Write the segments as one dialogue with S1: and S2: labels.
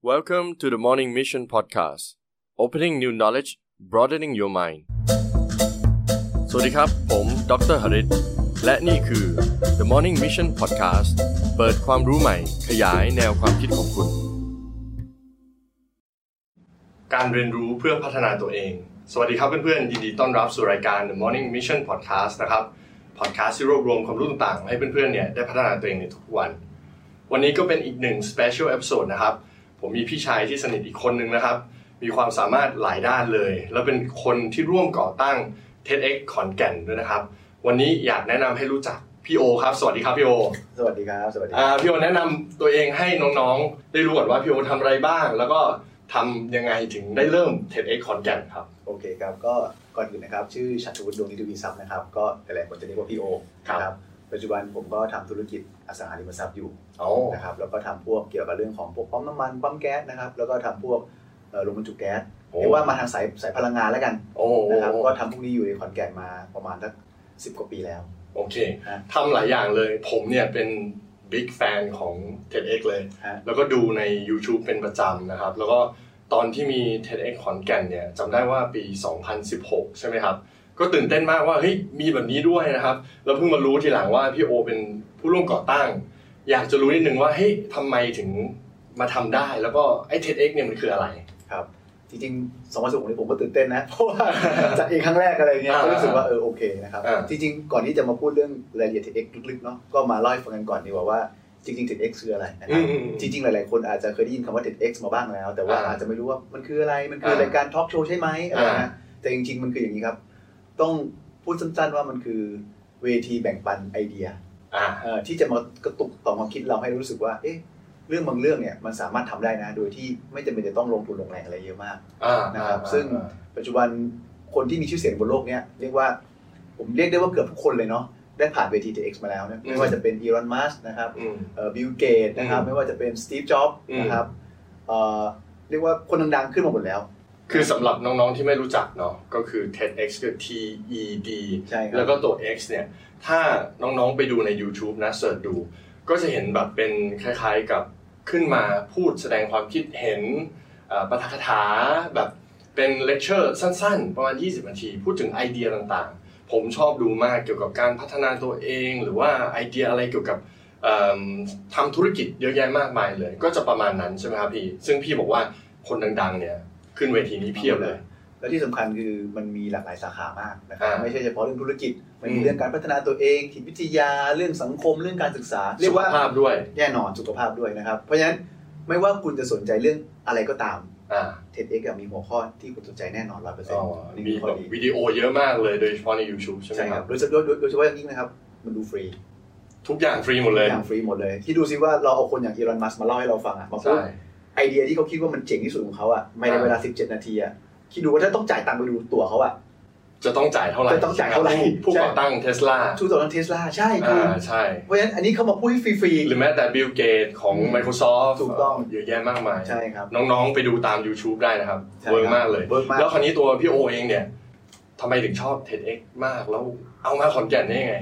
S1: Welcome to the Morning Mission Podcast. Opening new knowledge, broadening your mind. สวัสดีครับ ผมดรหริตและนี่คือ The Morning Mission Podcast เปิดความรู้ใหม่ ขยายแนวความคิดของคุณ การเรียนรู้เพื่อพัฒนาตัวเอง สวัสดีครับเพื่อนๆ ยินดีต้อนรับสู่รายการ The Morning Mission Podcast นะครับ Podcast ที่รวบรวมความรู้ต่างๆ ให้เพื่อนๆ เนี่ยได้พัฒนาตัวเองในทุกวัน วันนี้ก็เป็นอีกหนึ่ง Special Episode นะครับ ผมมีพี่ชายที่สนิทอีกคนนึงนะครับ มีความสามารถหลายด้านเลย แล้วเป็นคนที่ร่วมก่อตั้ง TEDx ขอนแก่นด้วยนะครับ วันนี้อยากแนะนำให้รู้จักพี่โอครับ สวัสดีครับพี่โอ
S2: สวัสดีครับสวัสดี
S1: อ่าพี่โอแนะนำตัวเองให้น้องๆ ได้รู้ก่อนว่าพี่โอทำอะไรบ้าง แล้วก็ทำยังไงถึงได้เริ่ม TEDx ขอนแก่นครับ
S2: โอเคครับก็ก่อนอื่นนะครับชื่อชัตวุฒิดวงนิติวีทรัพย์นะครับก็หลายๆคนจะเรียกว่าพี่โอ
S1: ครับ
S2: นะปัจจุบันผมก็ทำธุรกิจอสังหาริมทรัพย์อยู่
S1: อ๋อ
S2: นะครับแล้วก็ทำพวกเกี่ยวกับเรื่องของพวกปั๊มน้ำมันปั๊มแก๊สนะครับแล้วก็ทำพวกเอ่อโรงบรรจุแก๊ส
S1: โอ้
S2: เรียกว่ามาทางสายสายพลังงานแล้วกัน
S1: โอ้
S2: นะครับก็ทำพวกนี้อยู่ในขอนแก่นมาประมาณสักสิบกว่าปีแล้ว
S1: โอเค
S2: ฮะ
S1: ทำหลายอย่างเลย ผมเนี่ยเป็นบิ๊กแฟนของ TEDx เลย
S2: ฮะ
S1: แล้วก็ดูใน YouTube เป็นประจำนะครับ แล้วก็ตอนที่มี TEDx ขอนแก่นเนี่ยจำได้ว่าปี 2016 ใช่ไหมครับ ก็ตื่นเต้นมากว่าเฮ้ยมีแบบนี้ด้วยนะครับ แล้วเพิ่งมารู้ทีหลังว่าพี่โอเป็นผู้ร่วมก่อตั้ง อยากจะรู้นิดนึงว่าเฮ้ยทำไมถึงมาทำได้ แล้วก็ไอ้ TEDx เนี่ยมันคืออะไร
S2: ครับจริงๆสองพันสิบหกนี้ผมก็ตื่นเต้นนะเพ ราะว่าจัดเองครั้งแรกอะไรเงี้ย
S1: อ่า
S2: ก็รู้สึกว่าเออโอเคนะครับ
S1: อ่า
S2: จริงๆก่อนที่จะมาพูดเรื่องรายละเอียด TEDx ลึกๆเนาะก็มาเล่าให้ฟังกันก่อนดีกว่าว่าจริงๆ TEDx คืออะไรนะค
S1: อื
S2: รับ
S1: มอืม
S2: จริงๆ หลายๆ คนอาจจะเคยได้ยินคำว่า TEDx มาบ้างแล้ว แต่ว่า
S1: อ่า
S2: อาจจะไม่รู้ว่ามันคืออะไรมันคื
S1: าร
S2: อายการทอล์กโชว์ใช่ไหมอะไร
S1: อ่า
S2: นะแต่จริงๆ มันคืออย่างนี้ครับ ต้องพูดสั้นๆว่ามันคือเวทีแบ่งปันไอเดีย
S1: อ่า
S2: เอ่อที่จะมากระตุกต่อความคิดเราให้รู้สึกว่าเอ๊ะเรื่องบางเรื่องเนี่ยมันสามารถทำได้นะ โดยที่ไม่จำเป็นจะต้องลงทุนลงแรงอะไรเยอะมาก
S1: อ่า
S2: นะครับซึ่ง ปัจจุบันคนที่มีชื่อเสียงบนโลกเนี้ยเรียกว่าผมเรียกได้ว่าเกือบทุกคนเลยเนาะได้ผ่านเวที TEDx มาแล้วนะไม่ว่าจะเป็นอี o อนมัสนะครับ
S1: อืม
S2: บิลเกตนะครับ
S1: อืม
S2: ไม่ว่าจะเป็นสตีฟจ็อบ
S1: อืม
S2: นะครับเอ่อเรียกว่าคนดังๆขึ้นมาหมดแล้ว
S1: คือสำหรับน้องๆที่ไม่รู้จักเนาะก็คือ TEDx คือ TED
S2: ใช่ครับ
S1: แล้วก็ตัว X เนี่ย ถ้าน้องๆไปดูใน YouTube นะเสิร์ชดู ก็จะเห็นแบบเป็นคล้ายๆกับขึ้นมาพูดแสดงความคิดเห็นเอ่อปาฐกถาแบบเป็นเลคเชอร์สั้นๆ ประมาณ 20 นาที พูดถึงไอเดียต่างๆ ผมชอบดูมากเกี่ยวกับการพัฒนาตัวเอง หรือว่าไอเดียอะไรเกี่ยวกับเอิ่มทำธุรกิจเยอะแยะมากมายเลย ก็จะประมาณนั้นใช่ไหมครับพี่ ซึ่งพี่บอกว่าคนดังๆเนี่ยขึ้นเวทีนี้เพียบเลย
S2: และที่สำคัญคือมันมีหลากหลายสาขามากนะครับ
S1: อ่า
S2: ไม่ใช่เฉพาะเรื่องธุรกิจ มัน
S1: อื
S2: มี
S1: ม
S2: เรื่องการพัฒนาตัวเอง จิตวิทยาเรื่องสังคมเรื่องการศึกษา เรีย
S1: สุ
S2: ก
S1: ข
S2: ว่า
S1: ภาพด้วย
S2: แน่นอนสุขภาพด้วยนะครับ เพราะฉะนั้นไม่ว่าคุณจะสนใจเรื่องอะไรก็ตาม
S1: อ่า
S2: TEDx อะมีหัวข้อที่คุณสนใจแน่นอนร้อยเปอร์เซ็นต์นี่
S1: มี
S2: คือข้
S1: แบ
S2: อบ ดี
S1: วิดีโอเยอะมากเลยโดยเฉพาะใน YouTube ใช่ไหม
S2: ใช่
S1: ค
S2: ค
S1: รั
S2: รั
S1: บบ
S2: โดยเฉพาะโดยโดยเฉพาะอย่างยิ่งนะครับ มันดูฟรี
S1: ทุกอย่างฟรีหมดเลย
S2: ทุกอย่างฟรีหมดเลย ที่ดูซิว่าเราเอาคนอย่างอีลอนมัสมาเล่าให้เราฟังอ่ะมาพูด
S1: ใช่
S2: ไอเดียที่เขาคิดว่ามันเจ๋งที่สุดของเขาอ่ะไม่ใน
S1: อ่า
S2: เวลา 17 นาทีอ่ะคิดดูว่าถ้าต้องจ่ายตังค์ไปดูตัวเขาอ่ะ
S1: จะต้องจ่ายเท่าไหร่
S2: จะต้องจ่ายเท่าไหร่
S1: ผู้
S2: ใช่
S1: ก่อตั้งเทสลา
S2: ชูตัวนั้นเทสลาใช่คื
S1: อ่า
S2: อ
S1: ใช่
S2: เพราะฉะนั้นอันนี้เขามาพูดให้ฟรี
S1: หรือแม้แต่บิลเกตของ
S2: อืม
S1: Microsoft
S2: ถูกต้อง
S1: เยอะแยะมากมาย
S2: ๆ ใช่ครับ
S1: น้องๆไปดูตาม YouTube ได้นะครับ
S2: ใช่ครับ
S1: เวิร์กมากเลย
S2: เวิร์กมาก
S1: แล้วคราวนี้ตัวพี่โอเองเนี่ยทำไมถึงชอบ TEDx มากแล้วเอามาขอนแก่นได้ยังไง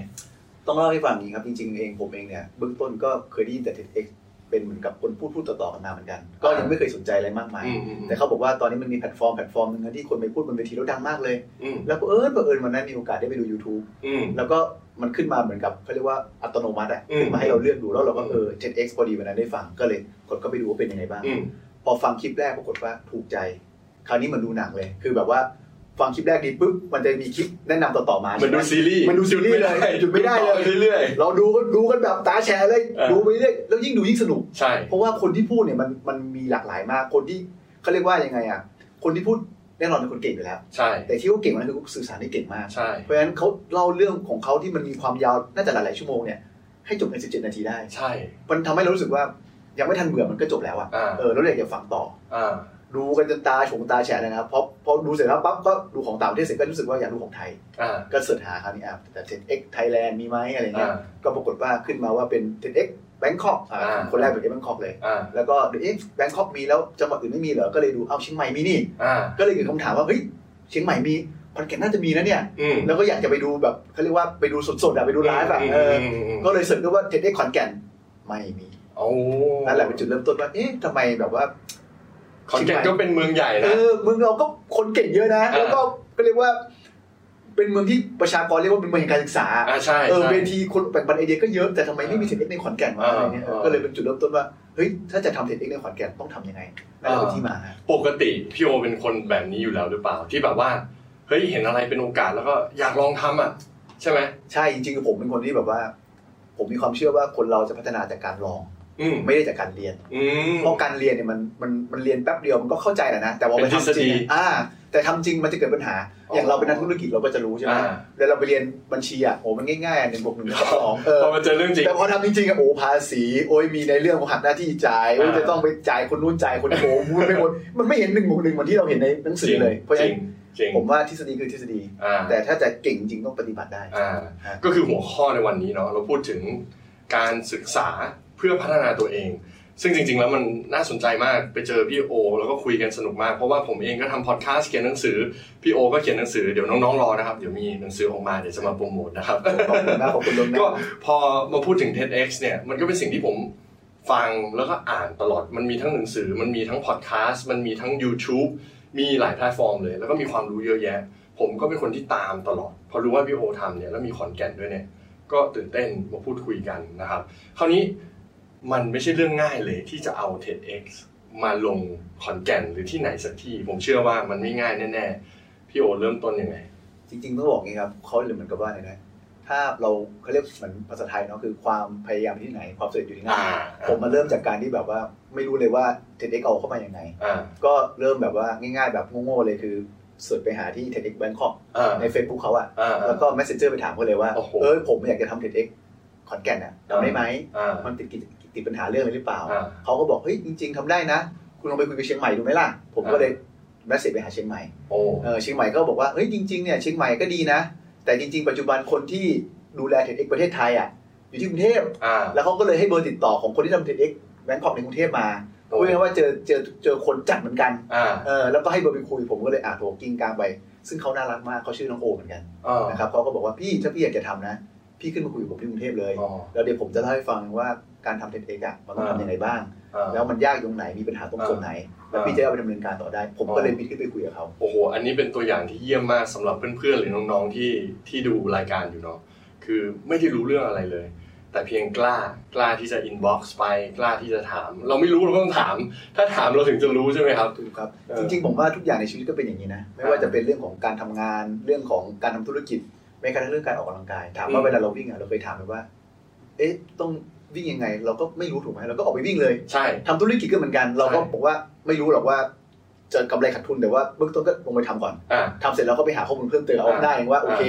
S2: ต้องเล่าให้ฟังอย่างนี้ครับจริงๆเองผมเองเนี่ยเบื้องต้นก็เคยได้ยินแต่ TEDx เป็นเหมือนกับคนพูดพูดต่อๆกันมาเหมือนกัน ก็ยังไม่เคยสนใจอะไรมากมาย
S1: อืมอืม
S2: แต่เขาบอกว่าตอนนี้มันมีแพลตฟอร์มแพลตฟอร์มหนึงนะที่คนไปพูดบนเวทีแล้วดังมากเลย
S1: อืม
S2: แล้วเผอิญเผอิญวันนั้นมีโอกาสได้ไปดู YouTube
S1: อืม
S2: แล้วก็มันขึ้นมาเหมือนกับเขาเรียกว่าอัตโนมัติอ่ะ
S1: อืม
S2: ขึ้นมาให้เราเลือกดูแล้วเราก็เออ 10x พอดีวันนั้นได้ฟังก็เลยกดเข้าไปดูว่าเป็นยังไงบ้าง
S1: อืม
S2: พอฟังคลิปแรกปรากฏว่าถูกใจ คราวนี้เหมันดูหนังเลย คือแบบว่าฟังคลิปแรกดีปุ๊บมันจะมีคลิปแนะนำต่อๆมา
S1: เหมือนดู
S2: ใช่ไห
S1: ซีรีส์
S2: มันดูซีรีส์เลยหยุดไม่ได้เลย
S1: เรื่อย
S2: เราดูก็ดูกันแบบตาแฉะเลย
S1: เออ
S2: ดูไปเรื่อยแล้วยิ่งดูยิ่งสนุก
S1: ๆใช่
S2: เพราะว่าคนที่พูดเนี่ยมันมันมีหลากหลายมากคนที่เขาเรียกว่ายังไงอ่ะคนที่พูดแน่นอนเป็นคนเก่งอยู่แล้ว
S1: ใช่
S2: แต่ที่เขาเก่งกว่านั้นคือเขาสื่อสารได้เก่งมาก
S1: ใช่
S2: เพราะฉะนั้นเขาเล่าเรื่องของเขาที่มันมีความยาวน่าจะหลายๆชั่วโมงเนี่ยให้จบใน 17 นาทีได้
S1: ใช่
S2: มันทำให้เรารู้สึกว่ายังไม่ทันเบื่อมันก็จบแล้วอะ
S1: อ่า
S2: เออแล้วเราอยากจะฟังต่อ
S1: อ่า
S2: ดูกันจนตาฉงตาแฉะเลยนะครับพอพอดูเสร็จแล้วปั๊บก็ดูของต่างประเทศเสร็จก็รู้สึกว่าอยากดูของไทย
S1: อ่า
S2: ก็เสิร์ชหาครับนี่อ่ะแต่ TEDx Thailand มีไหมอะไร
S1: อ่า
S2: เงี้ยก็ปรากฏว่าขึ้นมาว่าเป็น TEDx Bangkok อ่ะ
S1: อ่า
S2: คนแรกเป็น TEDx Bangkok เลย
S1: อ่า
S2: แล้วก็เอ๊ะ Bangkok มีแล้วจังหวัดอื่นไม่มีเหรอก็เลยดูเอาเชียงใหม่มีนี่
S1: อ่า
S2: ก็เลยเกิดคำถามว่าเฮ้ยเชียงใหม่มีขอนแก่นน่าจะมีนะเนี่ย
S1: อืม
S2: แล้วก็อยากจะไปดูแบบเขาเรียกว่าไปดูสดๆอะไปดูไลฟ์อะเออ
S1: ก็
S2: ก็เลยเสิร์ชด้วยว่าเท็ดเอ็กขอนแก่นไม่มี
S1: โอ้
S2: นั่นแหละเป็นจุดเริ่มต้นว่าเอ๊ะทำไมแบบว่า
S1: ขอนแก่นก็เป็นเมืองใหญ่
S2: เอ
S1: นะ
S2: อเมืองเราก็คนเก่งเยอะนะ
S1: อ่า
S2: แล้วก็ก็เรียกว่า เป็นเมืองที่ประชากรเรียกว่าเป็นเมืองแห่งการศึกษา
S1: อ่าใช่
S2: เออ
S1: ใช่
S2: เวทีคนแบ่งปันไอเดียก็เยอะแต่ทำไมไม่มีเทคนิคในขอนแก่นวะอะไรเงี้ยเออ
S1: อ่า
S2: ก็เลยเป็นจุดเริ่มต้นว่าเฮ้ยถ้าจะทำเทคนิคในขอนแก่นต้องทำยังไงนั่นเป็นที่มาฮะ
S1: ปกติพี่โอเป็นคนแบบนี้อยู่แล้วหรือเปล่า ที่แบบว่าเฮ้ยเห็นอะไรเป็นโอกาสแล้วก็อยากลองทำอ่ะ ใช่ไหม
S2: ใช่จริงๆผมเป็นคนที่แบบว่า ผมมีความเชื่อว่าคนเราจะพัฒนาจากการลอง
S1: อืม
S2: ไม่ได้จากการเรียน
S1: อืม
S2: เพราะการเรียนเนี่ยมันมันมันเรียนแป๊บเดียวมันก็เข้าใจแหละนะแต่ว่าไป
S1: เป็นทฤ
S2: ทำ
S1: ษ
S2: จ
S1: ฎี
S2: ริงอ่า แต่ทำจริงมันจะเกิดปัญหา
S1: อ๋อ
S2: อ
S1: อย่าง
S2: เราเป็นนักธุรกิจเราก็จะรู้ใช่ไหม
S1: อ่า
S2: แล้วเราไปเรียนบัญชีอ่ะโอ้มันง่ายๆหนึ่งบวกหนึ่งเท่ากับสองเออ
S1: พอมาเจอเรื่องจริง
S2: แต่พอทำจริงๆอ่ะโอ้ภาษีโอ้ยมีในเรื่องของหักหน้าที่จ่ายโอ้ย
S1: อ่า
S2: จะต้องไปจ่ายคนนู้นจ่ายคนนี้โอ้โหมันไม่หมดมันไม่เห็นหนึ่งบวกหนึ่งเหมือนที่เราเห็นในหนังสือเลย เพราะ
S1: จ
S2: ฉะ
S1: ริ
S2: นั้น
S1: งจริง
S2: ผมว่าทฤษฎีคือทฤษฎี
S1: อ่า
S2: แต่ถ้าจะเก่งจริงต้องปฏิบัติได้
S1: อ่า
S2: ฮะ
S1: ก็คือหัวข้อในวันนี้เนาะเราพูดถึงการศึกษาเพื่อพัฒนาตัวเอง ซึ่งจริง ๆ แล้วมันน่าสนใจมากไปเจอพี่โอ แล้วก็คุยกันสนุกมาก เพราะว่าผมเองก็ทำพอดแคสต์เขียนหนังสือพี่โอก็เขียนหนังสือเดี๋ยวน้องๆรอนะครับเดี๋ยวมีหนังสือออกมาเดี๋ยวจะมาโปรโมทนะครับ
S2: ขอบคุณมากขอบคุณลวงห
S1: ก็
S2: นะ
S1: พอมาพูดถึง TEDx เนี่ยมันก็เป็นสิ่งที่ผมฟังแล้วก็อ่านตลอดมันมีทั้งหนังสือ มันมีทั้งพอดแคสต์มันมีทั้ง YouTube มีหลายแพลตฟอร์มเลย แล้วก็มีความรู้เยอะแยะ ผมก็เป็นคนที่ตามตลอด พอรู้ว่าพี่โอทำเนี่ยแล้วมีขอนแก่นด้วยเนี่ย ก็ตื่นเต้นมาพูดคุยกันนะครับ คราวนี้มันไม่ใช่เรื่องง่ายเลยที่จะเอา TEDx มาลงขอนแก่นหรือที่ไหนสักที่ ผมเชื่อว่ามันไม่ง่ายแน่ๆพี่โอเริ่มต้นยังไง
S2: จริงๆต้องบอกอย่างนี้ครับเขาเลยเหมือนกับว่าอะไรนะถ้าเราเขาเรียกเหมือนภาษาไทยเนาะคือความพยายามอยู่ที่ไหนความสำเร็จอยู่ที่นั่น
S1: อ่า
S2: ผมมาเริ่มจากการที่แบบว่าไม่รู้เลยว่าเทคนิคเอาเข้ามาอย่างไง
S1: อ่า
S2: ก็เริ่มแบบว่าง่ายๆแบบโง่ๆเลยคือเสิร์ชไปหาที่เทคนิคแบงคอก
S1: อ่า
S2: ใน Facebook เขาอะ
S1: อ่า
S2: แล้วก็ Messenger ไปถามเขาเลยว่า
S1: โอ้โห
S2: เออผมอยากจะทำเทคนิคขอนแก่นอะทำได้ไหม
S1: อ่า
S2: มันติดกิจติดปัญหาเรื่องอะไรหรือเปล่า
S1: อ่า
S2: เขาก็บอกเฮ้ยจริง ๆทำได้นะ คุณลองไปคุยกับเชียงใหม่ดูไหมล่ะผมก็เลยเมสเซจไปหาเชียงใหม่
S1: โอ้
S2: เออเชียงใหม่ก็บอกว่าเฮ้ยจริงๆเนี่ยเชียงใหม่ก็ดีนะ แต่จริง ๆ ปัจจุบันคนที่ดูแลเทคเอ็กประเทศไทยอ่ะอยู่ที่กรุงเทพ
S1: อ่า
S2: แล้วเขาก็เลยให้เบอร์ติดต่อของคนที่ทำเทคเอ็กแบงคอกในกรุงเทพมา
S1: โอ้
S2: พูดง่ายๆว่าเจอเจอเจอคนจัดเหมือนกัน
S1: อ่า
S2: เออแล้วก็ให้เบอร์ไปคุยผมก็เลยอ่าโทรกิ้งกลางไป ซึ่งเขาน่ารักมากเขาชื่อน้องโอเหมือนกัน
S1: อ่า
S2: นะครับเขาก็บอกว่าพี่ถ้าพี่อยากจะทำนะ พี่ขึ้นมาคุยกับผมที่กรุงเทพเลย
S1: อ๋อ
S2: แล้วเดี๋ยวผมจะเล่าให้ฟังว่าการทำเทคเอ็กอ่ะมันต้อง
S1: อ่า
S2: ทำยังไงบ้าง
S1: อ่า
S2: แล้วมันยากตรงไหนมีปัญหาตรงส่วนไหนแล้วพี่จะเอาไปดำเนินการต่อได้ ผมก็เลยบินขึ้นไปคุยกับเขา
S1: โอ้โห อันนี้เป็นตัวอย่างที่เยี่ยมมากสำหรับเพื่อนๆ หรือน้องๆ ที่ที่ดูรายการอยู่เนาะ คือไม่ได้รู้เรื่องอะไรเลย แต่เพียงกล้า กล้าที่จะ inbox ไป กล้าที่จะถาม เราไม่รู้เราก็ต้องถาม ถ้าถามเราถึงจะรู้ใช่ไหมครับ
S2: ถูกครับ
S1: เออ
S2: จริงๆผมว่าทุกอย่างในชีวิตก็เป็นอย่างนี้นะไม่ว่าจะเป็นเรื่องของการทำงานเรื่องของการทำธุรกิจแม้กระทั่งเรื่องการออกกำลังกาย ถาม
S1: อื
S2: ว่าม เวลาเราวิ่งอะเราเคยถามไหมว่า เอ๊ะต้องวิ่งยังไง เราก็ไม่รู้ถูกไหมเราก็ออกไปวิ่งเลย
S1: ใช่
S2: ทำธุรกิจก็เหมือนกัน เราก็บอกว่าไม่รู้หรอกว่าจะกำไรขาดทุนแต่ว่าเบื้องต้นก็ลงไปทำก่อน
S1: อ่า
S2: ทำเสร็จแล้วก็ไปหาข้อมูลเพิ่มเติมเอาได้ว่า โอเค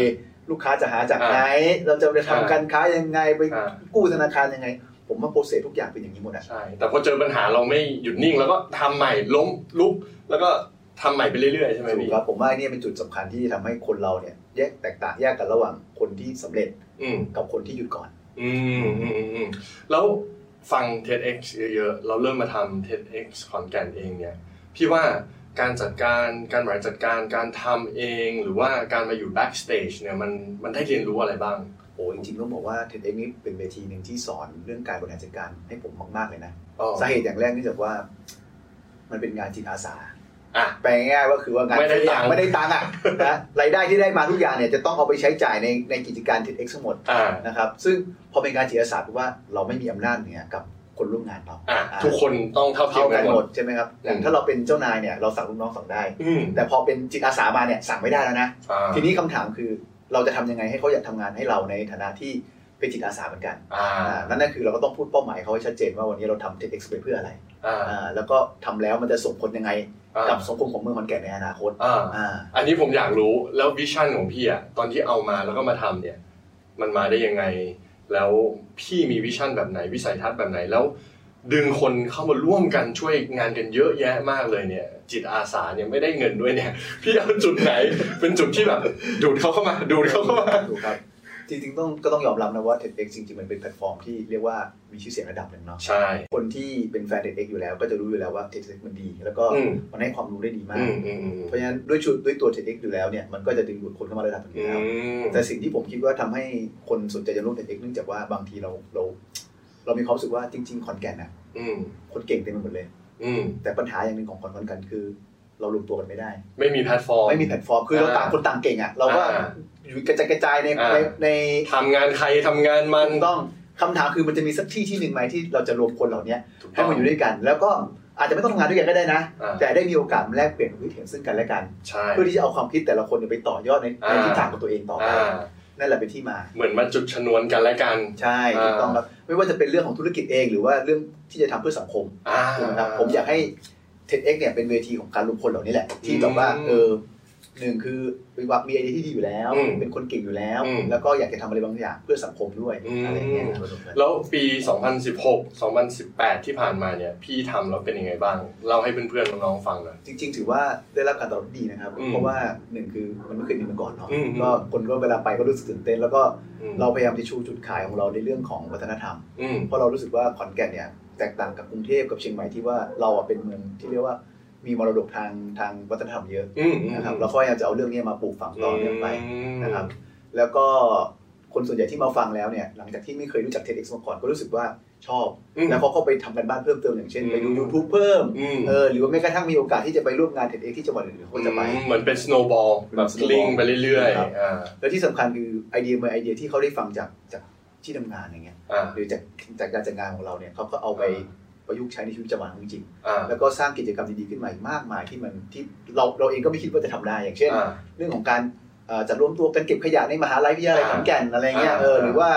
S2: ลูกค้าจะหาจากไหน เราจะไปทำการค้ายังไงไป
S1: อ่า
S2: กู้ธนาคารยังไง ผมว่าโปรเซสทุกอย่างเป็นอย่างนี้หมดอะ
S1: ใช่ แต่พอเจอปัญหาเราไม่หยุดนิ่ง แล้วก็ทำใหม่ ล้ม ลุก แล้วก็ทำใหม่ไปเรื่อยๆ ใช่ไหม
S2: ถู
S1: พี่
S2: กครับผมว่าเนี่ยเป็นจุดสำคัญที่ทำให้คนเราเนี่ยแยกแตกต่างแยกกันระหว่างคนที่สำเร็จ
S1: อืม
S2: กับคนที่หยุดก่อน
S1: อืมอืมอืมอืมแล้วฟัง TEDx เยอะๆ เราเริ่มมาทำ TEDx ขอนแก่นเองเนี่ย พี่ว่าการจัดการการบริหารจัดการการทำเองหรือว่าการมาอยู่ backstage เนี่ยมันมันได้เรียนรู้อะไรบ้าง
S2: โอ้จริงๆต้องบอกว่าเทนเอ็กนี่เป็นเวทีหนึ่งที่สอนเรื่องการบริหารจัดการให้ผมมากๆเลยนะ
S1: อ๋อ
S2: สาเหตุอย่างแรกเนื่องจากว่า มันเป็นงานจิตอาสา
S1: อ่ะ
S2: แปลง่ายๆว่าคือว่างาน
S1: ไม่ได้ตังค์
S2: ไม่ได้ตังค์อ่ะ นะรายได้ที่ได้มาทุกอย่างเนี่ยจะต้องเอาไปใช้จ่ายในในกิจการเทนเอ็กทั้งหมด
S1: อ่า
S2: นะครับ ซึ่งพอเป็นงานจิตอาสาแปลว่าเราไม่มีอำนาจเหนือกับคนร่วมงานเรา
S1: อ่ะทุกคนต้องเท่าเทีย
S2: เท่ามกั
S1: กัน น
S2: ห
S1: ห
S2: ม
S1: ม
S2: ด
S1: ด
S2: ใช่ไหมครับ
S1: อืม
S2: อย่างถ้าเราเป็นเจ้านายเนี่ยเราสั่งลูกน้องสั่งได้
S1: อืม
S2: แต่พอเป็นจิตอาสามาเนี่ยสั่งไม่ได้แล้วนะ
S1: อ่า
S2: ทีนี้คำถามคือเราจะทำยังไงให้เขาอยากทำงานให้เราในฐานะที่เป็นจิตอาสาเหมือนกัน
S1: อ่า
S2: อ่านั่นก็คือเราก็ต้องพูดเป้าหมายเขาให้ชัดเจนว่าวันนี้เราทำ TEDx ไปเพื่ออะไร
S1: อ่า
S2: อ่าแล้วก็ทำแล้วมันจะส่งผลยังไง
S1: อ่า
S2: กับสังคมของเมืองขอนแก่นในอนาคต
S1: อ่า
S2: อ่า
S1: อันนี้ผมอยากรู้แล้ววิชั่นของพี่อ่ะตอนที่เอามาแล้วก็มาทำเนี่ย มันมาได้ยังไง แล้วพี่มีวิชั่นแบบไหนวิสัยทัศน์แบบไหนแล้ว ดึงคนเข้ามาร่วมกันช่วยงานกันเยอะแยะมากเลยเนี่ย จิตอาสาเนี่ยไม่ได้เงินด้วยเนี่ย พี่เอาจุดไหน เป็นจุดที่แบบ ดูดเขาเข้ามาดูดเขาเข้ามา
S2: ถูกครับจริงๆต้องก็ต้องยอมรับนะว่า TEDx จริงๆมันเป็นแพลตฟอร์มที่เรียกว่ามีชื่อเสียงระดับหนึ่งเนาะ
S1: ใช่
S2: คนที่เป็นแฟน TEDx อยู่แล้วก็จะรู้อยู่แล้วว่า TEDx มันดี แล้วก็
S1: อืม
S2: มันให้ความรู้ได้ดีมา
S1: อื
S2: ก
S1: มอืมอืม
S2: เพราะฉะนั้นด้วยชุดด้วยตัว TEDx อยู่แล้วเนี่ยมันก็จะดึงดูดคนเข้ามาระดับหนึ่งอ
S1: อื
S2: ยู่แล้ว
S1: ม
S2: แต่สิ่งที่ผมคิดว่าทำให้คนสนใจจะร่วมเทคนิคเนื่องจากว่าบางทีเราเรา เรามีความรู้สึกว่าจริง ๆ ขอนแก่นนะ
S1: อืม
S2: คนเก่งเต็มไปหมดเลย
S1: อืม
S2: แต่ปัญหาอย่างหนึ่งของคนคนกันคือ เรารวมตัวกันไม่ได้
S1: ไม่มีแพลตฟอร์ม
S2: ไม่มีแพลตฟอร์มคือเรา
S1: อ่า
S2: ต่างคนต่างเก่งอ่ะเราก็
S1: อ่า
S2: อยู่กระจายกระจายใน
S1: อ่า
S2: ในใน
S1: ทำงานใครทำงานมัน
S2: ถูกต้องคำถามคือมันจะมีสักที่ที่หนึ่งไหมที่เราจะรวมคนเหล่าเนี้ย
S1: ถูก
S2: ให้มาอยู่ด้วยกัน แล้วก็อาจจะไม่ต้องทำงานด้วยกันก็ได้นะ
S1: อ่า
S2: แต่ได้มีโอกาสแลกเปลี่ยนความคิดเห็นซึ่งกันและกัน
S1: ใช่
S2: เพื่อที่จะเอาความคิดแต่ละคนเนี่ยไปต่อยอดในในทิศทางของตัวเองต่อไป
S1: อ่า
S2: นั่นแหละเป็นที่มา
S1: เหมือนมาจุดชนวนกันและกัน
S2: ใช่
S1: อ่า
S2: ถูกต้องครับไม่ว่าจะเป็นเรื่องของธุรกิจเองหรือว่าเรื่องที่จะทำเพื่อสังคม
S1: อ่า
S2: ถูกไหมครับผมอยากให้ TEDx เนี่ยเป็นเวทีของการรวมคนเหล่านี้แหละ ที่แบบว่า
S1: อืม
S2: เออหนึ่งคือมีความมีไอเดียที่ดีอยู่แล้ว
S1: อืม
S2: เป็นคนเก่งอยู่แล้ว
S1: อืม
S2: แล้วก็อยากจะทำอะไรบางอย่างเพื่อสังคมด้วย
S1: อืม
S2: อะไรอย่างเงี้ยครับรวมกัน
S1: แล้วปี 2016 2018 ที่ผ่านมาเนี่ย พี่ทำแล้วเป็นยังไงบ้าง เล่าให้เพื่อนๆน้องๆฟังหน่อย
S2: จริง ๆ ถือว่าได้รับการตอบรับดีนะครับ
S1: อืม
S2: เพราะว่าหนึ่งคือมันไม่เคยมีมาก่อนเนาะ
S1: อืม
S2: ก็คนก็เวลาไปก็รู้สึกตื่นเต้น แล้วก็
S1: อืม
S2: เราพยายามจะชูจุดขายของเราในเรื่องของวัฒนธรรม
S1: อืม
S2: เพราะเรารู้สึกว่าขอนแก่นเนี่ยแตกต่างกับกรุงเทพกับเชียงใหม่ที่ว่าเราอะเป็นเมืองที่เรียกว่ามีมรดกทางทางวัฒนธรรมเยอะ
S1: อืม
S2: นะครับเราก็พยายามจะเอาเรื่องเนี้ยมาปลูกฝังต่อเนื่องไป
S1: ม
S2: นะครับ แล้วก็คนส่วนใหญ่ที่มาฟังแล้วเนี่ยหลังจากที่ไม่เคยรู้จัก TEDx มาก่อนก็รู้สึกว่าชอบ
S1: อืม
S2: แล้วเขาก็ไปทำกันบ้านเพิ่มเติมอย่างเช่น
S1: อืม
S2: ไปดู YouTube เพิ่ม
S1: อืม
S2: เออหรือว่าแม้กระทั่งมีโอกาสที่จะไปร่วมงาน TEDx ที่จังหวัดอื่นๆเขาก็จะไป
S1: อืมเหมือนเป็นสโนว์บอลแบบ
S2: เป็น snowball
S1: ลิงไปเรื่อย
S2: ครับ
S1: ๆอ่า
S2: แล้วที่สำคัญคือไอเดียเมื่อไอเดียที่เขาได้ฟังจากจากที่ทำงานอย่างเงี้ย
S1: อ่า
S2: หรือจากจากการจัดงานของเราเนี่ยเขาก็เอาไป
S1: อ่า
S2: ประยุกต์ใช้ในชีวิตประจำวันจริง
S1: อ่า
S2: แล้วก็สร้างกิจกรรมดีๆขึ้นมาอีกมากมายที่มันที่เราเราเองก็ไม่คิดว่าจะทำได้อย่างเช่น
S1: อ่า
S2: เรื่องของการเอ่อจัดรวมตัวกันเก็บขยะในมหาลัยวิทยาลัย
S1: อ่า
S2: ขอนแก่นอะไรเงี้ย
S1: อ่า
S2: เออ
S1: อ่า
S2: หรือว่า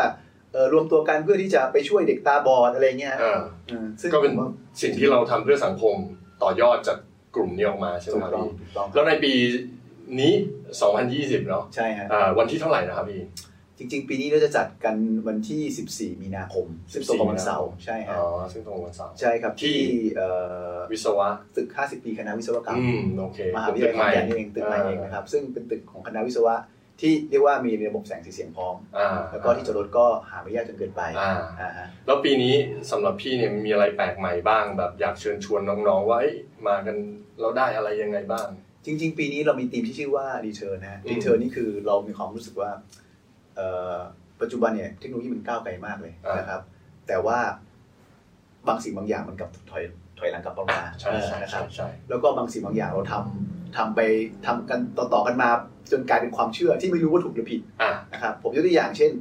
S2: เอ่อรวมตัวกันเพื่อที่จะไปช่วยเด็กตาบอดอะไรเงี้ย
S1: อ่า
S2: เออซึ่ง
S1: ก็เป็น
S2: ผมว่า
S1: สิ่งที่เราทำเพื่อสังคมต่อยอดจากกลุ่มนี้ออกมาใช่ไหม
S2: ถู
S1: ค
S2: ก
S1: รับ
S2: ต้อง
S1: พี่
S2: ถูกต้องค
S1: แล้
S2: รับ
S1: วในปีนี้ 2020 เนาะ
S2: ใช่ฮะ
S1: อ่าวันที่เท่าไหร่นะครับพี่
S2: จริง ๆ ปีนี้เราจะจัดกันวันที่ 14 มีนาคมซึ่งตรงกับวันเสาร์ใช่
S1: อ๋
S2: ฮะ
S1: อ ซึ่งตรงวันเสาร์
S2: ใช่ครับที่
S1: ที่
S2: เอ่อ
S1: วิศวะ
S2: ตึก 50 ปีคณะวิศวกรรม
S1: อืม โอเค
S2: มหาวิทยาลัยขอนแก่นนี่เองตึกใหม่เองนะครับซึ่งเป็นตึกของคณะวิศวะที่เรียกว่ามีระบบแสงสีเสียงพร้อม
S1: อ่า
S2: แล้วก็ที่จอดรถก็หาไม่ยากจนเกินไป
S1: อ่า
S2: อ่าฮะ
S1: แล้วปีนี้สำหรับพี่เนี่ยมีอะไรแปลกใหม่บ้าง แบบอยากเชิญชวนน้องๆว่าเอ้ยมากันเราได้อะไรยังไงบ้าง
S2: จริง ๆ ปีนี้เรามีทีมที่ชื่อว่าดีเทอร์นะฮะ
S1: อืม
S2: ดีเทอร์นี่คือเรามีความรู้สึกว่าเอ่อปัจจุบันเนี่ยเทคโนโลยีมันก้าวไกลมากเลยนะครับ แต่ว่าบางสิ่งบางอย่างมันกลับถอยถอยหลังกลับมา
S1: ใช่
S2: เออ
S1: ใช่
S2: นะค
S1: ใช่
S2: รับ
S1: ใช่
S2: แล้วก็บางสิ่งบางอย่างเราทำทำไปทำกันต่อๆกันมา จนกลายเป็นความเชื่อที่ไม่รู้ว่าถูกหรือผิด
S1: อ่ะ
S2: นะครับผมยกตัวอย่างเช่น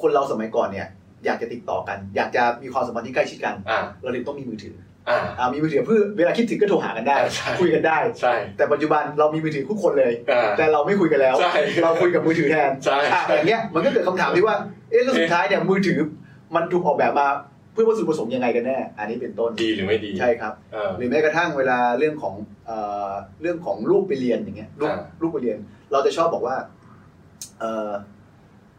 S2: คนเราสมัยก่อนเนี่ย อยากจะติดต่อกัน อยากจะมีความสัมพันธ์ที่ใกล้ชิดกัน
S1: อ่ะ
S2: เราเลยต้องมีมือถือ
S1: อ่ะ
S2: อ่ามีมือถือเพื่อเวลาคิดถึงก็โทรหากันได้
S1: ใช่
S2: คุยกันได้
S1: ใช่
S2: แต่ปัจจุบันเรามีมือถือคู่คนเลย
S1: อ่ะ
S2: แต่เราไม่คุยกันแล้ว
S1: ใช่
S2: เราคุยกับมือถือแทน
S1: ใช่
S2: อ่ะอย่างเงี้ยมันก็เกิดคำถามที่ว่าเอ๊ะแล้วสุดท้ายเนี่ยมือถือมันถูกออกแบบมาเพื่อวัตถุประสงค์ยังไงกันแน่ อันนี้เป็นต้น
S1: ดีหรือไม่ดี
S2: ใช่ครับ
S1: เออ
S2: หรือแม้กระทั่งเวลาเรื่องของเอ่อเรื่องของลูกไปเรียนอย่างเงี้ยลูก
S1: อ่า
S2: ลูกไปเรียน เราจะชอบบอกว่าเอ่อ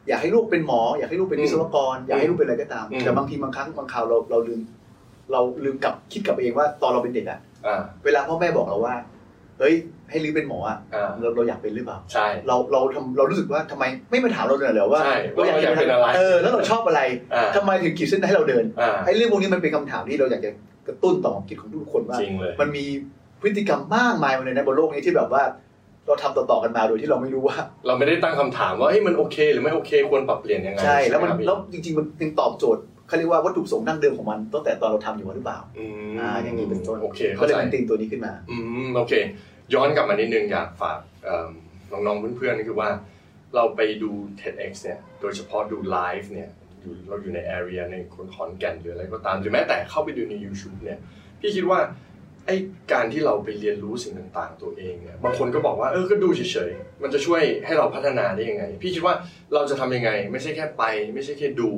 S2: อยากให้ลูกเป็นหมอ อยากให้ลูกเป็นวิศวกร อยากให้ลูกเป็นอะไรก็ตาม
S1: อืม
S2: แต่บางทีบางครั้งบางคราวเราเราลืม เราลืมกลับคิดกลับไปเองว่าตอนเราเป็นเด็กอะ
S1: อ่ะ
S2: เวลาพ่อแม่บอกเราว่าเฮ้ยให้ลือเป็นหมออะ
S1: อ่ะ
S2: เราเราอยากเป็นหรือเปล่า
S1: ใช่
S2: เราเราทำเรารู้สึกว่าทำไมไม่มาถามเราเลยเหรอว่า
S1: ใช่ว่าเราอยากเป็นอะไร
S2: เออแล้วเราชอบอะไร
S1: อ่ะ
S2: ทำไมถึงขีดเส้นให้เราเดิน
S1: อ่ะ
S2: ไอ้เรื่องพวกนี้มันเป็นคำถามที่เราอยากจะกระตุ้นต่อความคิดของทุกคนว่า
S1: จริงเลย
S2: มันมีพฤติกรรมมากมายเลยนะบนโลกนี้ที่แบบว่า เราทำต่อๆกันมาโดยที่เราไม่รู้ว่า
S1: เราไม่ได้ตั้งคำถามว่าเอ้ยมันโอเค หรือไม่โอเคควรปรับเปลี่ยนยังไง
S2: ใช่แล้วมัน
S1: ใช่ไหครับพี่
S2: แล้วจริงๆมันยังตอบโจทย์เขาเรียกว่าวัตถุประสงค์ดั้งเดิมของมันตั้งแต่ตอนเราทำอยู่มาหรือเปล่า
S1: อืม
S2: อ่าอย่างนี้เป็นต้น
S1: โอเค
S2: ก็
S1: เข้า
S2: เลย
S1: ใจ
S2: เป็นตีมตัวนี้ขึ้นมา
S1: อืมโอเค ย้อนกลับมานิดนึงอยากฝากเอิ่มน้องๆเพื่อนๆก็คือว่า เราไปดู TEDx เนี่ยโดยเฉพาะดูไลฟ์เนี่ยอยู่เราอยู่ในแอเรียในคนขอนแก่นหรืออะไรก็ตาม หรือแม้แต่เข้าไปดูใน YouTube เนี่ยพี่คิดว่าไอ้การที่เราไปเรียนรู้สิ่งต่างๆ ตัวเองเนี่ยบางคนก็บอกว่าเออก็ดูเฉยๆ มันจะช่วยให้เราพัฒนาได้ยังไง พี่คิดว่าเราจะทำยังไง ไม่ใช่แค่ไป ไม่ใช่แค่ดู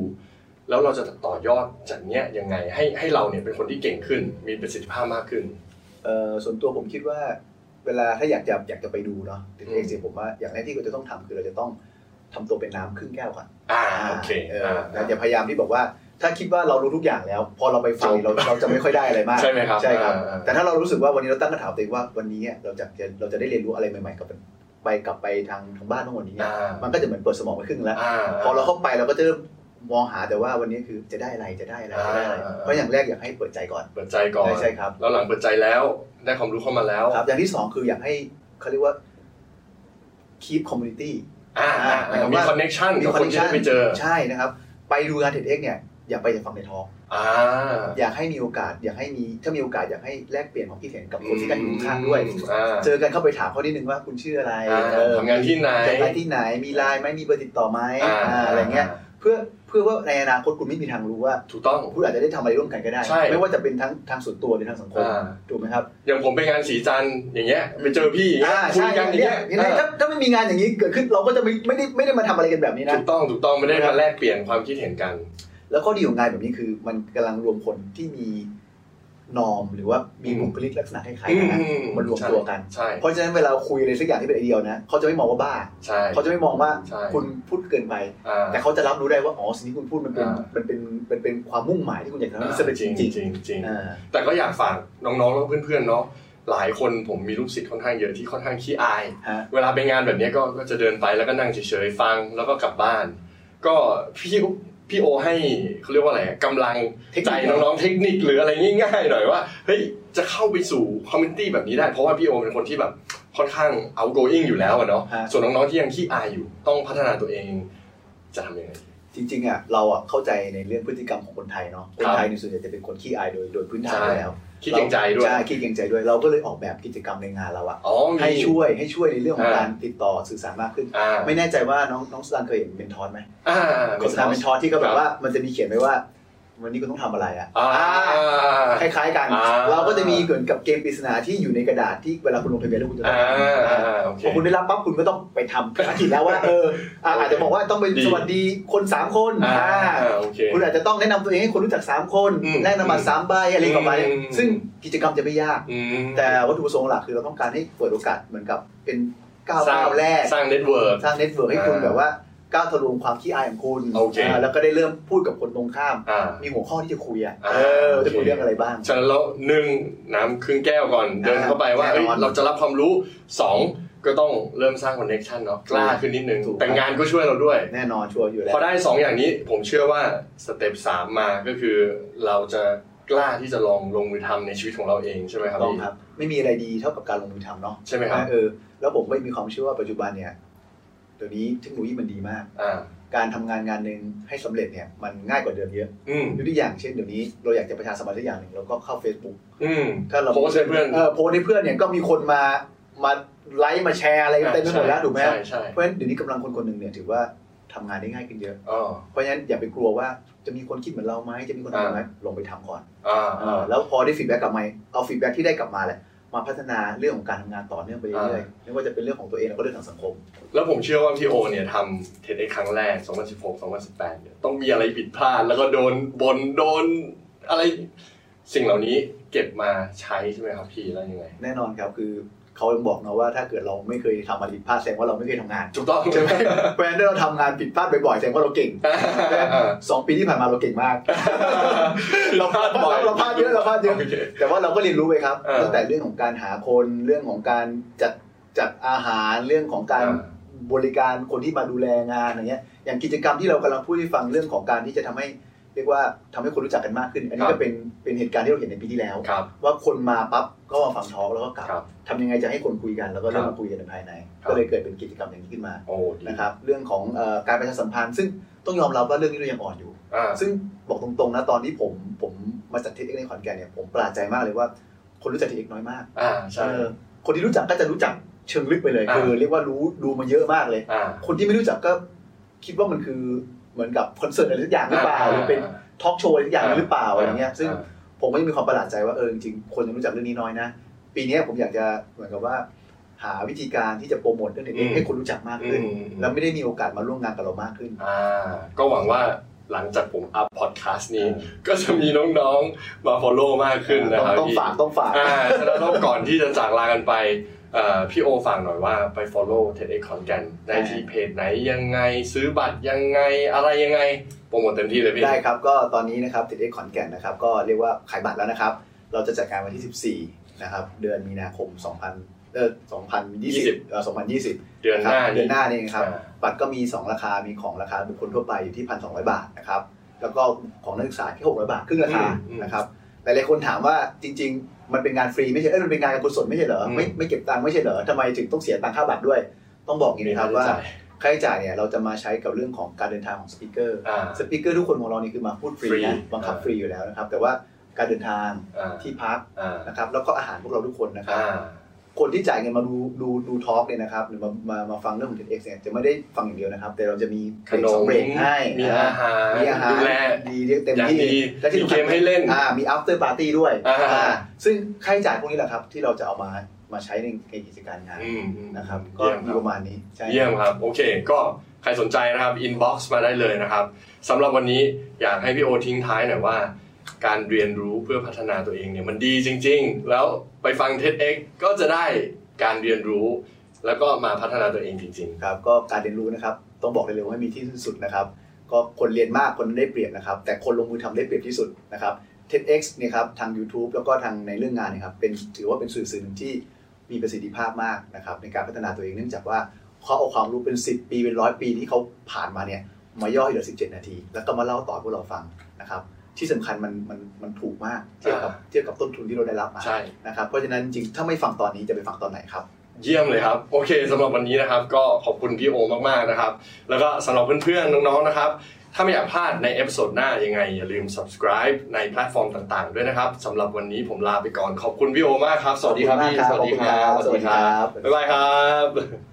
S1: แล้วเราจะต่อยอดจากเนี้ยยังไงให้ให้เราเนี่ยเป็นคนที่เก่งขึ้น มีประสิทธิภาพมากขึ้น
S2: เอ่อส่วนตัวผมคิดว่า เวลาถ้าอยากจะอยากจะไปดูเนาะถึง
S1: อืม
S2: เองสิผมว่าอย่างแรกที่เราจะต้องทำคือเราจะต้องทำตัวเป็นน้ำครึ่งแก้วก่อน
S1: อ่าโอเค
S2: เออ
S1: อ่า
S2: อย่าพยายามที่บอกว่า ถ้าคิดว่าเรารู้ทุกอย่างแล้ว พอเราไปฟัง
S1: จบ
S2: เราเราจะไม่ค่อยได้อะไรมาก
S1: ใช่ไหมครับ
S2: ใช่ครับ
S1: อ่า
S2: แต่ถ้าเรารู้สึกว่าวันนี้เราตั้งคำถามตัวเองว่าวันนี้เราจะจะเราจะได้เรียนรู้อะไรใหม่ๆกับไปกลับไปทางทางบ้านเมื่อวันนี้
S1: อ่า
S2: มันก็จะเหมือนเปิดสมองไปครึ่งแล้ว
S1: อ่า
S2: พอเราเข้าไปเราก็จะเริ่มมองหาแต่ว่าวันนี้คือจะได้อะไรจะได้อะไรจะได้อะไร
S1: อ่า
S2: เพราะอย่างแรกอยากให้เปิดใจก่อน
S1: เปิดใจก่อน
S2: ใช่ใช่ครับ
S1: แล้วหลังเปิดใจแล้วได้ความรู้เข้ามาแล้ว
S2: ครับอย่างที่สองคืออยากให้เขาเรียกว่า keep community
S1: อ่าอ่า
S2: หมายความ
S1: มี
S2: ว่า
S1: คอนเน็ชัน
S2: มี
S1: กับคนที่
S2: connection
S1: ได้ไปเจอ
S2: ใช่นะครับ ไปดูงานเท็ดเอ็กเนี่ย อยากไปจากฟังในท้อง
S1: อ่า
S2: อยากให้มีโอกาส อยากให้มีถ้ามีโอกาสอยากให้แลกเปลี่ยนความคิดเห็นกับคนที่ใกล้อยู่ข้างด้วย
S1: อ่า
S2: เจอกันเข้าไปถามเขานิดนึงว่าคุณชื่ออะไร
S1: อ่า
S2: เออ
S1: ทำงานที่ไหน
S2: ทำงานที่ไหนมีไลน์ไหมมีเบอร์ติดต่อไหม
S1: อ่า
S2: อ่าอะไรเงี้ยเพื่อเพื่อว่าในอนาคตคุณไม่มีทางรู้ว่า
S1: ถูกต้อง
S2: คุณอาจจะได้ทำอะไรร่วมกันก็ได้
S1: ใช่
S2: ไม่ว่าจะเป็นทั้งทางส่วนตัวหรือทางสังคม
S1: อ่า
S2: ถูกไหมครับ
S1: อย่างผมไปงานสีจันทร์อย่างเงี้ยไปเจอพี่อย่างเงี้ยคุยกันอย่างเงี้ย
S2: นี่นะถ้าถ้าไม่มีงานอย่างนี้เกิดขึ้นเราก็จะไม่ไม่ได้ไม่ได้มาทำอะไรกันแบบนี้นะ
S1: ถูกต้องถูกต้องไม่ได้
S2: ครั
S1: มา
S2: บ
S1: แลกเปลี่ยนความคิดเห็นกัน
S2: แล้วข้อดีของงานแบบนี้คือ มันกำลังรวมคนที่มีนอมหรือว่ามีบุคลิกลักษณะคล้ายๆกันนะ
S1: อื
S2: มันรวมตัวกัน
S1: ใช่
S2: เพราะฉะนั้นเวลาคุยอะไรสักอย่างที่เป็นไอเดียนะเขาจะไม่มองว่าบ้า
S1: ใช่
S2: เขาจะไม่มองว่า
S1: ใช่
S2: คุณพูดเกินไป
S1: อ่า
S2: แต่เขาจะรับรู้ได้ว่าอ๋อสิ่งที่คุณพูดมันเป็น
S1: อ่ามั
S2: มันเป็นมันเป็นความมุ่งหมายที่คุณอยากจะทำให้สำเร็จ
S1: จ
S2: จ
S1: ริงจ
S2: ริ
S1: ริ
S2: ง
S1: งจริง
S2: ๆอ่า
S1: แต่ก็อยากฝากน้องๆแล้วก็เพื่อนๆเนาะหลายคนผมมีลูกศิษย์ค่อนข้างเยอะที่ค่อนข้างขี้อาย
S2: ฮะ
S1: เวลาไปงานแบบเนี้ยก็ก็จะเดินไปแล้วก็นั่งเฉยๆฟังแล้วก็กลับบ้าน ก็พี่พี่โอให้เขาเรียกว่าอะไรกำลัง
S2: เทคนิค
S1: ใจน้องๆเทคนิคหรืออะไรง่ายๆหน่อยว่าเฮ้ยจะเข้าไปสู่คอมมูนิตี้แบบนี้ได้เพราะว่าพี่โอเป็นคนที่แบบค่อนข้าง outgoing อยู่แล้วอะเนาะ
S2: ฮะ
S1: ส่วนน้องๆที่ยังขี้อายอยู่ต้องพัฒนาตัวเองจะทำยังไง
S2: จริงๆอ่ะเราอ่ะเข้าใจในเรื่องพฤติกรรมของคนไทยเนาะคนไทยในยส่วนใหญ่จะเป็นคนขี้อายโดยโดยพื้นฐาน
S1: ใช่
S2: อยู่แล้ว
S1: คิดเกรงใจด้วย
S2: ใช่ขี้เกรงใจด้วยเราก็เลยออกแบบกิจกรรมในงานเราอ่ะ
S1: อ๋อมี
S2: ให้ช่วยให้ช่วยในเรื่องของ
S1: อ่า
S2: การติดต่อสื่อสารมากขึ้น
S1: อ่า
S2: ไม่แน่ใจว่าน้องน้องสตางค์เคยเห็นเมนทอสไหม
S1: อ่า
S2: โฆษณาเมนทอสที่ก็แบบว่ามันจะมีเขียนไว้ว่า วันนี้คุณต้องทำอะไรอ่ะ
S1: อ่า
S2: คล้ายๆกัน
S1: อ่า
S2: เราก็จะมีเหมือนกับเกมปริศนาที่อยู่ในกระดาษที่เวลาคุณลงทะเบียนแล้วคุณจะต้อ
S1: อ่าง
S2: ทำอ่า
S1: โอเค
S2: พอคุณได้รับปั๊บคุณก็ต้องไปทำภารกิจแล้วว่า เอออ่ะอาจจะบอกว่าต้องเป็น
S1: ดี
S2: สวัสดีคนสามคน
S1: อ่า
S2: อ่า
S1: โอเค
S2: คุณอาจจะต้องแนะนำตัวเองให้คนรู้จักสามคน
S1: อืม
S2: แลกนามบัตรสามใบอะไรก็ไป
S1: อืม
S2: ซึ่งกิจกรรมจะไม่ยาก
S1: อืม
S2: แต่วัตถุประสงค์หลักคือเราต้องการให้เปิดโอกาสเหมือนกับเป็นก้าว
S1: สร้าง
S2: ก้าวแรก
S1: สร้างเน็ตเวิร์ก
S2: สร้างเน็ตเวิร์กให้คุณ
S1: อ่า
S2: แบบว่าก้าวทะลวงความขี้อายของคุณ
S1: โอเค
S2: อ่าแล้วก็ได้เริ่มพูดกับคนตรงข้าม
S1: อ่า
S2: มีหัวข้อที่จะคุยอ่ะ
S1: อ่า
S2: เออจะคุย
S1: โอเค
S2: เรื่องอะไรบ้าง
S1: ฉะนั้นแล้วหนึ่งน้ำครึ่งแก้วก่อนเดินเข้าไปว่า
S2: แน่นอน
S1: เอ้ยเราจะรับความรู้สองก็ต้องเริ่มสร้างคอนเน็ชันเนาะกล้าขึ้นนิดนึง
S2: ถูก
S1: แต่งานก็ช่วยเราด้วย
S2: แน่นอนชัวร์อยู่แล้
S1: พ
S2: ว
S1: อได้สองอย่างนี้ผมเชื่อว่าสเต็ปสามมาก็คือ เราจะกล้าที่จะลองลงมือทำในชีวิตของเราเองใช่ไหมครับ
S2: ต้อง
S1: พี่
S2: ครับ ไม่มีอะไรดีเท่ากับการลงมือทำเนาะ
S1: ใช่ไหมครับ
S2: เออแล้วผมก็มีความเชื่อว่าปัจจุบันเนี่ยเดี๋ยวนี้เทคโนโลยีมันดีมาก
S1: อ่า
S2: การทำงานงานหนึ่งให้สำเร็จเนี่ยมันง่ายกว่าเดิมเยอะ
S1: อืม
S2: ยกตัวอย่างเช่นเดี๋ยวนี้เราอยากจะประชาสัมพันธ์สักอย่างหนึ่งเราก็เข้า Facebook
S1: อืม
S2: ถ้าเรา
S1: โพสต์ให้เพื่อน
S2: เออโพสต์ให้เพื่อนเนี่ยก็มีคนมามาไลค์มาแชร์อะไรเต็มไปหมดแล้วถูกไหม
S1: ใช่ใช่
S2: เพราะฉะนั้นเดี๋ยวนี้กำลังคนคนหนึ่งเนี่ยถือว่าทำงานได้ง่ายขึ้นเยอะ
S1: อ๋อ
S2: เพราะฉะนั้นอย่าไปกลัวว่าจะมีคนคิดเหมือนเราไหมจะมีคนทำเหมือนไหมลงไปทำก่อน
S1: อ่า
S2: เอ
S1: อ่า
S2: อแล้วพอได้ฟีดแบ็กกลับมาเอาฟีดแบ็กที่ได้กลับมาแหละมาพัฒนาเรื่องของการทำงานต่อเนื่องไปเรื่อยๆไม่ว่าจะเป็นเรื่องของตัวเองแล้วก็เรื่องของสังคม
S1: แล้วผมเชื่อว่าพี่โอเนี่ยทำเทดเอ็กครั้งแรก 2016 2018เนี่ยต้องมีอะไรผิดพลาด แล้วก็โดนบนโดนอะไรสิ่งเหล่านี้เก็บมาใช้ใช่ไหมครับพี่แล้วยังไง
S2: แน่นอนครับคือเขายังบอกนะว่าถ้าเกิดเราไม่เคยทำอะไรผิดพลาดแสดงว่าเราไม่เคยทำงาน
S1: ถูกต้อง
S2: ใช่
S1: ใช่
S2: ไห
S1: ไห
S2: ม
S1: ม
S2: เพราะฉะนั้นถ้าเราทำงานผิดพลาดบ่อยๆแสดงว่าเราเก่งสองปีที่ผ่านมาเราเก่งมาก เราพลาดบ่อยเราพลาดเยอะเราพลาดเยอะ
S1: โค
S2: แต่ว่าเราก็เรียนรู้ไปครับ
S1: เออ
S2: ตั้งแต่เรื่องของการหาคนเรื่องของการจัดจัดอาหารเรื่องของการ
S1: เออบ
S2: ริการคนที่มาดูแลงานอย่างเงี้ยอย่างกิจกรรมที่เรากำลังพูดให้ฟังเรื่องของการที่จะทำให้เรียกว่าทำให้คนรู้จักกันมากขึ้น อันนี้
S1: ครั
S2: ก็
S1: บ
S2: เป็นเป็นเหตุการณ์ที่เราเห็นในปีที่แล้ว
S1: ครับ
S2: ว่าคนมาปั๊บก็มาฟังทอล์กแล้วก็กลับ
S1: ครับ
S2: ทำยังไงจะให้คนคุยกันแล้วก็เริ่มมาคุยกันในภายใน
S1: ครับ
S2: ก็เลยเกิดเป็นกิจกรรมอย่างนี้ขึ้นมา
S1: โอ้ดี
S2: นะครับ เรื่องของเอ่อการประชาสัมพันธ์ซึ่งต้องยอมรับว่าเรื่องนี้เรายังอ่อนอยู่
S1: อ่า
S2: ซึ่งบอกตรงๆนะตอนที่ผมผมมาจัดเทสเอ็กในขอนแก่นเนี่ยผมประหลาดใจมากเลยว่า คนรู้จักเทสเอ็กน้อยมาก
S1: อ่าใช่
S2: เออคนที่รู้จักก็จะรู้จักเชิงลึกไปเลย
S1: อ่า
S2: คือเรียกว่ารู้ดูมาเยอะมากเลย
S1: อ่า
S2: คนที่ไม่รู้จักก็คิดว่ามันคือเหมือนกับคอนเสิร์ตอะไรสักอย่างหรือเปล่าหรือเป็นทอล์กโชว์อะไรสักอย่างหรือเปล่าอะไรเงี้ยซึ่ง
S1: อ่า
S2: ผมก็ยังมีความประหลาดใจว่าเออจริงๆคนยังรู้จักเรื่องนี้น้อยนะ ปีนี้ผมอยากจะเหมือนกับว่า หาวิธีการที่จะโปรโมทเรื่อง
S1: อื
S2: นี้
S1: ม
S2: ให้คนรู้จักมาก
S1: อื
S2: ขึ้น
S1: ม
S2: แล้วไม่ได้มีโอกาสมาร่วมงานกับเรามากขึ้น
S1: อ่าก็หวังว่าหลังจากผมอัพพอดแคสต์นี้ ก็จะมีน้องๆมาฟอลโล่มากขึ้นนะ
S2: ต้อ
S1: ค
S2: ง
S1: รับ
S2: ต้อง
S1: พี่
S2: ฝากต้องฝาก
S1: อ่าฉะนั้นแล้วก่อนที่จะจากลากันไปเอ่อพี่โอฝากหน่อยว่าไป follow TEDx ขอนแก่นได้ที่เพจไหนยังไงซื้อบัตรยังไงอะไรยังไง โปรโมทเต็มที่เลยพี่
S2: ได้ครับ ก็ตอนนี้นะครับติดเอ็กขอนแก่นนะครับ ก็เรียกว่าขายบัตรแล้วนะครับ เราจะจัดการวันที่ 14 นะครับ เดือนมีนาคม 2000เออ2020เออ2020
S1: เดือนหน้า
S2: ครับเดือนหน้านี่เองครับ
S1: อ่า
S2: บัตรก็มี 2 ราคา มีของราคาบุคคลทั่วไปอยู่ที่ 1,200 บาทนะครับ แล้วก็ของนักศึกษาที่ 600 บาทครึ่งราคา นะครับ หลายๆคนถามว่าจริง ๆ มันเป็นงานฟรีไม่ใช่ เอ้ย มันเป็นงานกุศลไม่ใช่เหรอ ไม่ไม่เก็บตังค์ไม่ใช่เหรอทำไมถึงต้องเสียตังค่าบัตรด้วย ต้องบอกอย่างนี้นะครับว่า
S1: จ่ย
S2: ค่าใช้จ่ายเนี่ยเราจะมาใช้กับเรื่องของการเดินทางของสปิเกอร์
S1: อ่า
S2: สปิเกอร์ทุกคนของเรานี่คือมาพูดฟรี
S1: ฟรี
S2: นะบังคับ
S1: อ่า
S2: ฟรีอยู่แล้วนะครับ แต่ว่าการเดินทาง
S1: อ่า
S2: ที่พัก
S1: อ่า
S2: นะครับ แล้วก็อาหารพวกเราทุกคนนะครับ
S1: อ่า
S2: คนที่จ่ายเงินมาดูดูดูทอล์กเนี่ยนะครับหรือมามามาฟังเรื่องของ TEDx เนี่ยจะไม่ได้ฟังอย่างเดียวนะครับ แต่เราจะมีเบ
S1: ข
S2: รก
S1: น
S2: สอง
S1: ม
S2: เบรกให้
S1: มี
S2: นะ
S1: อาหาร
S2: มีอาหาร
S1: ดูแล
S2: ดีเรียกเต็ม
S1: อย่าง
S2: ที่
S1: ดี
S2: และที่
S1: มี
S2: สำ
S1: เก
S2: คัญ
S1: มให้เล่น
S2: อ่ามี after party ด้วย
S1: อ่า
S2: อ่าซึ่งค่าใช้จ่ายพวกนี้แหละครับ ที่เราจะเอามามาใช้ในในกิจการงาน
S1: อืมอืม
S2: นะครับ ก็
S1: เยี่ยม
S2: มี
S1: ครับ
S2: ประมาณนี้ใช่
S1: เยี่ยมครับโอเค ก็ใครสนใจนะครับอินบ็อกซ์มาได้เลยนะครับสำหรับวันนี้อยากให้พี่โอทิ้งท้ายหน่อยว่า การเรียนรู้เพื่อพัฒนาตัวเองเนี่ยมันดีจริง ๆ แล้วไปฟัง TEDx ก็จะได้การเรียนรู้ แล้วก็มาพัฒนาตัวเองจริง
S2: ครับก็การเรียนรู้นะครับต้องบอกได้เลยว่าไม่มีที่สิ้นสุดนะครับ ก็คนเรียนมากคนนั้นได้เปรียบนะครับ แต่คนลงมือทำได้เปรียบที่สุดนะครับ TEDx เนี่ยครับทาง YouTube แล้วก็ทางในเรื่องงานเนะครับเป็นถือว่าเป็นสื่อสื่อหนึ่งที่มีประสิทธิภาพมากนะครับ ในการพัฒนาตัวเองเนื่องจากว่าเขาเอาความรู้เป็น 10 ปีเป็นร้อยปีที่เขาผ่านมาเนี่ยมาย่อยเหลือ 17 นาที แล้วก็มาเล่าต่อให้พวกเราฟังนะครับ ที่สำคัญมันมันมันถูกมากเทียบกับ
S1: อ่า
S2: เทียบกับต้นทุนที่เราได้รับมา
S1: ๆ ใช่
S2: นะครับเพราะฉะนั้นจริงๆถ้าไม่ฟังตอนนี้จะไปฟังตอนไหนครับ
S1: เยี่ยมเลยครับ โอเคสำหรับวันนี้นะครับ ก็ขอบคุณพี่โอมากๆนะครับ แล้วก็สำหรับเพื่อนๆน้องๆนะครับ ถ้าไม่อยากพลาดในเอพิโซดหน้ายังไง อย่าลืม subscribe ในแพลตฟอร์มต่างๆ ด้วยนะครับสำหรับวันนี้ผมลาไปก่อนขอบคุณพี่โอมากครับ สวัสดีครับพี่
S2: ขอบคุณมากครับ
S1: สวัสดีครับ
S2: ขอบคุณครับ
S1: บ๊ายบายครับ